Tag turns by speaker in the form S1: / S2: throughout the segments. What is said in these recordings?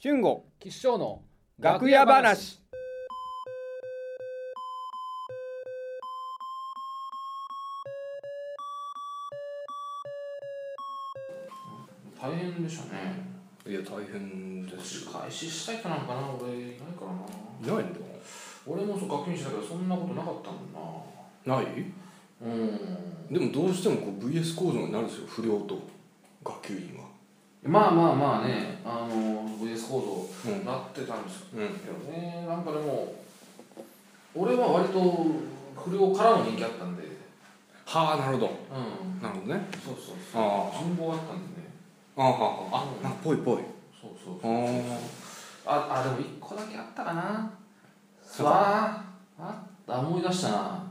S1: 春吾
S2: 吉祥の
S1: 楽屋話
S2: 大変でしたね
S1: いや大変で
S2: 仕
S1: す
S2: 返ししたいかなんかな俺いないからな
S1: ないんだ
S2: 俺もそう学級にしたけどそんなことなかったもんな
S1: ない
S2: うん
S1: でもどうしてもこう VS 構造になるんですよ不良と学級委員は
S2: まあまあまあねあの VS 構
S1: う
S2: 造なってたんです
S1: うん
S2: けどねなんかでも俺は割と不良からの人気あったんで
S1: はあなるほど
S2: うん
S1: なるほどね
S2: そうそうそう
S1: あ
S2: 人望あったんでね
S1: ああはあはあなんかぽいぽい
S2: そうそう
S1: あ
S2: そう
S1: ー
S2: ああでも一個だけあったかな
S1: そうか
S2: わああった思い出したな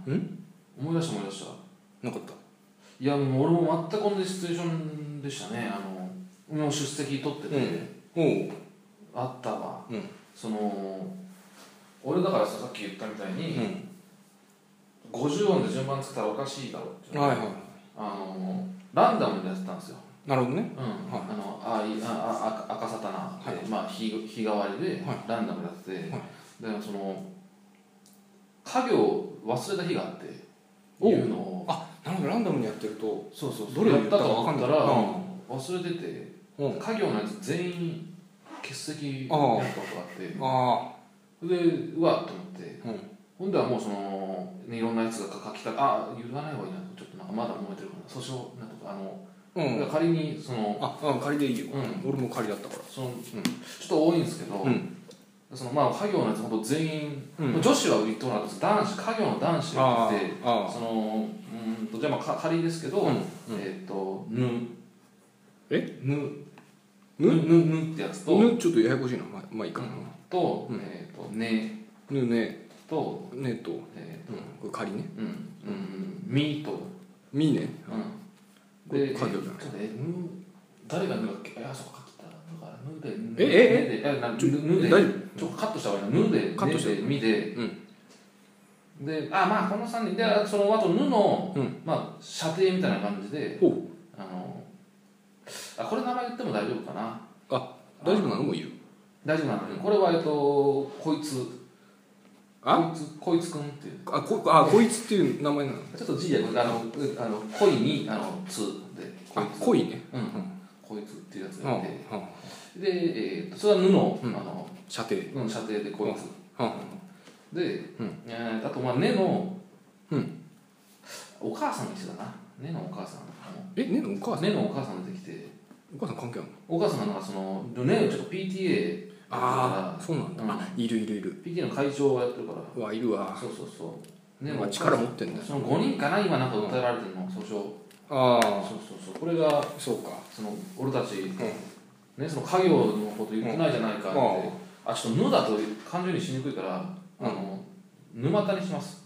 S2: 思い出した思い出した
S1: なかった
S2: いやもう俺も全く同じシチュエーションでしたねあのもう出席取ってて、
S1: うんおう
S2: あったわ、
S1: うん
S2: その俺だからささっき言ったみたいうに、
S1: ん
S2: 50音で順番つけたらおかしいだろっていうの
S1: はいは
S2: あのランダムでやってたんですよ、
S1: いなるほどね
S2: うんあのあいあああ赤サタナで、まあ、日日替わりで
S1: は
S2: ランダムでやってて、
S1: は
S2: だからその家業を忘れた日があって
S1: おう
S2: いうのを
S1: あなるほどランダムにやってると
S2: そうそうそう
S1: どれ
S2: や
S1: や
S2: っ
S1: ったた
S2: か
S1: か
S2: 分
S1: 分
S2: か
S1: か
S2: っ
S1: んな
S2: た
S1: い
S2: ら忘れてて
S1: うん
S2: 家業のやつ全員欠席やった
S1: ああ
S2: ことがあって
S1: あ
S2: でうわっと思って、
S1: うん
S2: ほんではもうその、ね、いろんなやつが書きたあ言わない方がいいなちょっとなんかまだ揉めてるから訴訟なんとかあの、
S1: あうん
S2: だから仮にその
S1: ああ仮でいいよ、
S2: う
S1: 俺も仮だったか
S2: その、
S1: ん
S2: ちょっと多いんですけど、
S1: う
S2: そのまあ家業のやつほんと全員、
S1: うん
S2: もう女子は売りとなかったんです男子家業の男子
S1: ら
S2: がいて
S1: あ
S2: そのうーんとじゃあまあか仮ですけど、
S1: うんうん
S2: えっ、とぬ
S1: え
S2: ぬ
S1: ぬ
S2: ぬぬってやつと、
S1: ぬちょっとややこしいなまあまあいいかな、
S2: と、
S1: うん
S2: えっ、とね
S1: ぬね
S2: と
S1: ねと、
S2: え
S1: うん、これ仮ね
S2: ーうんうんみと
S1: みね
S2: うん
S1: これ
S2: で
S1: 家業じゃない
S2: ちょっとえぬ誰がぬだっけあそうか書いてただからぬでぬ
S1: え
S2: えええなぬぬで
S1: 大丈
S2: ちょっとカットした方がいいな「ぬ」で「
S1: カットした
S2: ねで「み」で、
S1: う
S2: であまあこの3人であそのあと「ぬ」の、
S1: う
S2: まあ射程みたいな感じで
S1: ほう
S2: あのあこれ名前言っても大丈夫かな
S1: 夫大丈夫なのもう言う
S2: 大丈夫なんだけどこれはえっとこいつ
S1: あ
S2: こいつこいつくんっていう
S1: あこあこいつっていう名前なの
S2: ちょっと字であのうあの恋にあの「つ」でこ
S1: あ
S2: いつ
S1: 恋ね
S2: うん
S1: ん
S2: こいつっていうや
S1: う
S2: つ
S1: んう
S2: がい
S1: ん
S2: て、で、えっとそれは「ぬ」の,、
S1: うん
S2: あの
S1: 射程
S2: うん射程でこい
S1: う
S2: つ
S1: ん
S2: で、えーあとまあ根の、お母さんが来てたな根のお母さん
S1: えねのお母さん
S2: 根のお母さん出てきて
S1: お母さん関係あるの
S2: お母さんがなんかその根をちょっと PTA
S1: ああそうなんだ、
S2: うん
S1: あいるいるいる
S2: PTA の会長をやってるか
S1: うわいる
S2: ら
S1: わ
S2: そうそうそう
S1: ま
S2: の
S1: あ力持ってんだ
S2: その5人かな今なんか訴えられてるの訴訟そう
S1: あ
S2: そうそうこれが
S1: あそうか
S2: その俺たち、
S1: ん
S2: ねその家業のこと言ってないじゃないかって、
S1: うん
S2: あちょっと「ぬ」だと感情にしにくいから「あの沼田」にします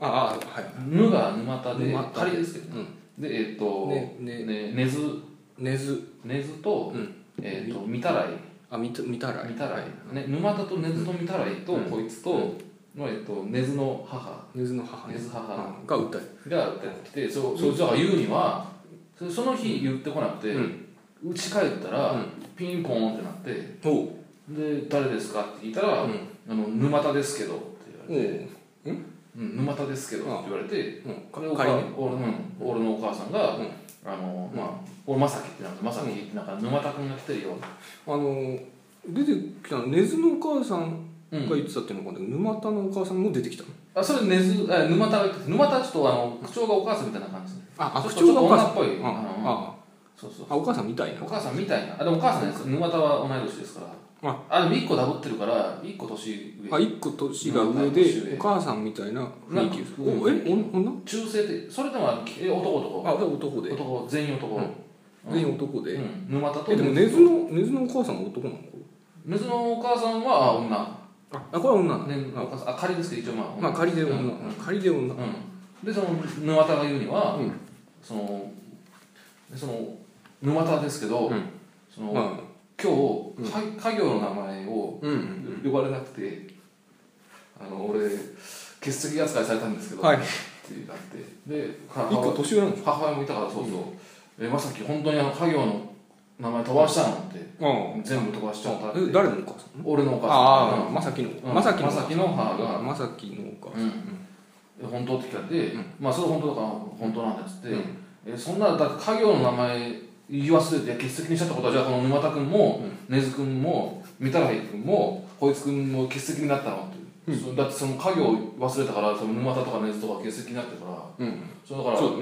S1: ああはい
S2: 「ぬ」が沼田で
S1: 沼田
S2: 仮ですけ
S1: う
S2: ど
S1: ん
S2: でえっ、と
S1: ねね
S2: ね根津
S1: 根津
S2: 根津と,、
S1: うん
S2: えっと御たらい
S1: あみた見たらい
S2: 御たらい、ね、沼田と根津と御たらいと、
S1: うん
S2: こいつと、のえっと根津の母
S1: 根津の母
S2: 根津母
S1: うんが歌え
S2: がやってきてそうそうだから言うにはそその日言ってこなくて
S1: う
S2: うち、帰ったら、
S1: う
S2: ピンポンってなって
S1: おう
S2: で誰ですかって聞いたら「
S1: うん
S2: あの沼田ですけど」って
S1: お
S2: 言われて
S1: う
S2: 「うん沼田ですけど」って言われて
S1: うん
S2: これお
S1: 仮
S2: 母
S1: ね
S2: 俺の俺のお母さんが
S1: うん
S2: 「あのまあ俺まさきってなんかまさきってなんか沼田君が来てるよ
S1: あの出てきたの根津のお母さん」
S2: う
S1: が
S2: ん
S1: 言ってたっていうのかな沼田のお母さんも出てきたの
S2: あそれ根津え沼田が来て沼田ちょっとあの口調がお母さんみたいな感じ
S1: ああ
S2: ち
S1: 口
S2: ょ
S1: 調
S2: っと
S1: がお母さん
S2: ちょっと女っぽい
S1: ああ
S2: そうそう
S1: あお母さんみたいな
S2: お母さんみたいなあでもお母さんです沼田は同い年ですからあでも1個ダブってるから1個年上
S1: あ一個年が上
S2: うん年上
S1: でお母さんみたいな雰囲気です
S2: うん
S1: おえお女
S2: 中性的それでもあのえ男男
S1: あで男で
S2: 男全員男
S1: 全員男で
S2: うん沼田と
S1: えでも根津の根津のお母さんは男なの
S2: 根津のお母さんは女
S1: あこれは女な
S2: ね
S1: の
S2: お母さんあ仮ですけど一応まあ
S1: あ
S2: 女
S1: まあ仮で
S2: うん
S1: 女仮で女
S2: うん、でその沼田が言うには、
S1: うん
S2: そのでその沼田ですけど、
S1: うん
S2: その
S1: ま
S2: 今日、か家業の名前を
S1: あうん
S2: 呼ばれなくて、あの俺欠席扱いされたんですけど、
S1: はい
S2: っていうなってで
S1: 一個
S2: 母
S1: 年上なの
S2: 母親もいたからそうそう、えまさき本当にあの家業の名前飛ばしたのって
S1: うん
S2: 全部飛ばしちゃったって
S1: え誰のお母さん
S2: 俺のお母
S1: ああまさきの
S2: さん
S1: まさきの
S2: まさきの母が
S1: まさきのお母さん
S2: え本当って聞かれて、まあそれ本当だから本当なんだっつって、
S1: う
S2: えそんなだから家業の名前言い忘れて欠席にしちゃったことはじゃあこの沼田君も根津、君も三太郎君もこいつ君も欠席になったのって、そだってその家業忘れたからその沼田とか根津とか欠席になってから
S1: うん
S2: それだから
S1: そうだ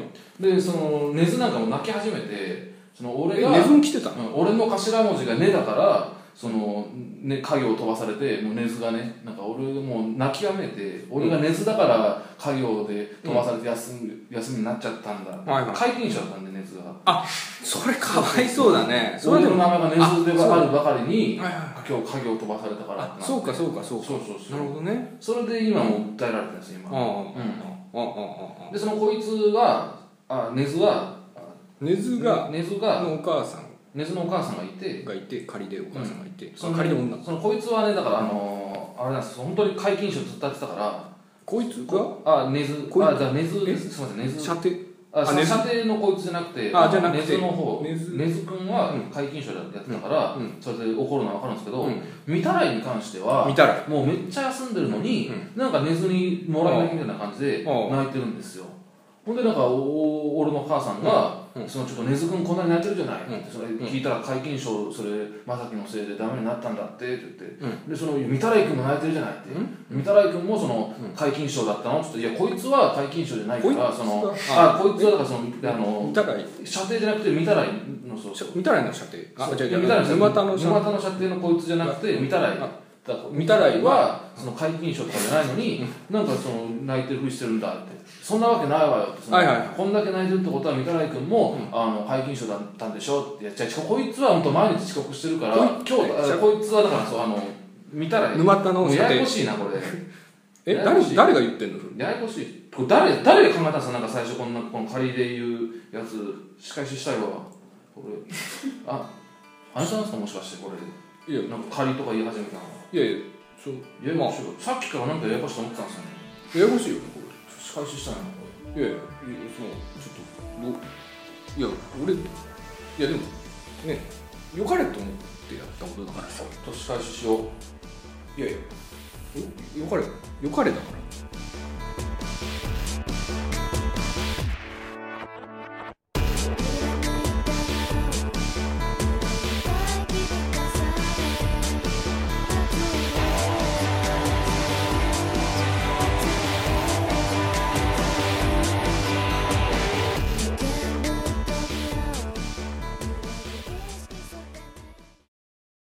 S1: ね
S2: でその根津なんかも泣き始めてその俺が、
S1: ネズン来てた
S2: うん俺の頭文字が「ね」だからその、ね、家業を飛ばされてもう根津がねなんか俺もう泣きやめて俺が根津だから家業で飛ばされて休,、休みになっちゃったんだ、
S1: はいはい
S2: 解禁者だったんで根津が
S1: それかわいそうだね それ
S2: 俺
S1: で
S2: の
S1: も
S2: 名前が根津で
S1: あそう
S2: わかるばかりに
S1: はいはい
S2: 今日家業を飛ばされたから
S1: あそうかそうかそうか
S2: そうそうそう
S1: なるほどね
S2: それで今もう訴えられてるんですよ
S1: あ
S2: 今
S1: あ
S2: う
S1: あああああ
S2: でそのこいつがあ根津は
S1: 根津が
S2: 根津が
S1: のお母さん
S2: 根津のお母さんがいて
S1: がいて仮でお母さんがいて
S2: その
S1: 仮で女
S2: そのこいつはねだからあのーあれなんです本当に皆勤賞ずっとやってたから
S1: こいつが
S2: あ根津
S1: こい
S2: あじゃあ根津
S1: え
S2: すいません根津
S1: 射程
S2: あ
S1: あ根津
S2: 射程のこいつじゃなくて
S1: あじゃなくて
S2: 根津の方
S1: 根津
S2: 根津君は皆勤賞でやってたから、
S1: うん
S2: それで怒るのは分かるんですけど、
S1: う
S2: 見たらいに関しては
S1: 見たら
S2: もうめっちゃ休んでるのに、なんか根津にもらえないみたいな感じで
S1: あ
S2: 泣いてるんですよほんでなんかお俺の母さんが、
S1: うん
S2: そのちょっと根津君こんなに泣いてるじゃない、
S1: うん
S2: ってそれ聞いたら皆勤賞それ正樹のせいでダメになったんだってって言って、
S1: う
S2: でその三太郎君も泣いてるじゃないって、三太郎君もその皆勤賞だったのって言っていやこいつは皆勤賞じゃないか
S1: こいつ
S2: らその
S1: あ
S2: あこいつはだからそのあの
S1: 見たら
S2: 射程じゃなくて三太郎のそう
S1: 見たらの射程あじゃあじゃ
S2: 見たら
S1: あ沼田の射程
S2: 沼田の射程のこいつじゃなくて見たらい
S1: あ
S2: だから見たらいはその皆勤賞とかじゃないのになんかその泣いてるふりしてるんだってそんなわけないわよってその
S1: はいはいは
S2: こんだけ泣いてるってことは三たい君もあの皆勤賞だったんでしょっていやじゃあこいつは本当毎日遅刻してるから
S1: こい
S2: 今日あこいつはだからそうあの見たらい
S1: 沼田
S2: も
S1: の
S2: う
S1: 射
S2: やや
S1: 程
S2: こしいなこれ
S1: え
S2: ややこ
S1: 誰
S2: しい
S1: 誰が言ってんの
S2: ややこしいこれ誰誰が考えたんですかなんか最初こんなこの仮で言うやつ仕返ししたいわこれああれじゃないですかもしかしてこれ
S1: いや
S2: なんか仮とか言い始めたの
S1: いやいやそう
S2: ややこしいさっきからなんかややこしいと思ってたんですよね
S1: ややこしいよこ
S2: 仕返ししたいなこ
S1: れいやいやいやそのちょっとどいや俺いやでもね良かれと思ってやったことだからさ
S2: れちょっと仕返ししよう
S1: いやいやよ良かれ良かれだから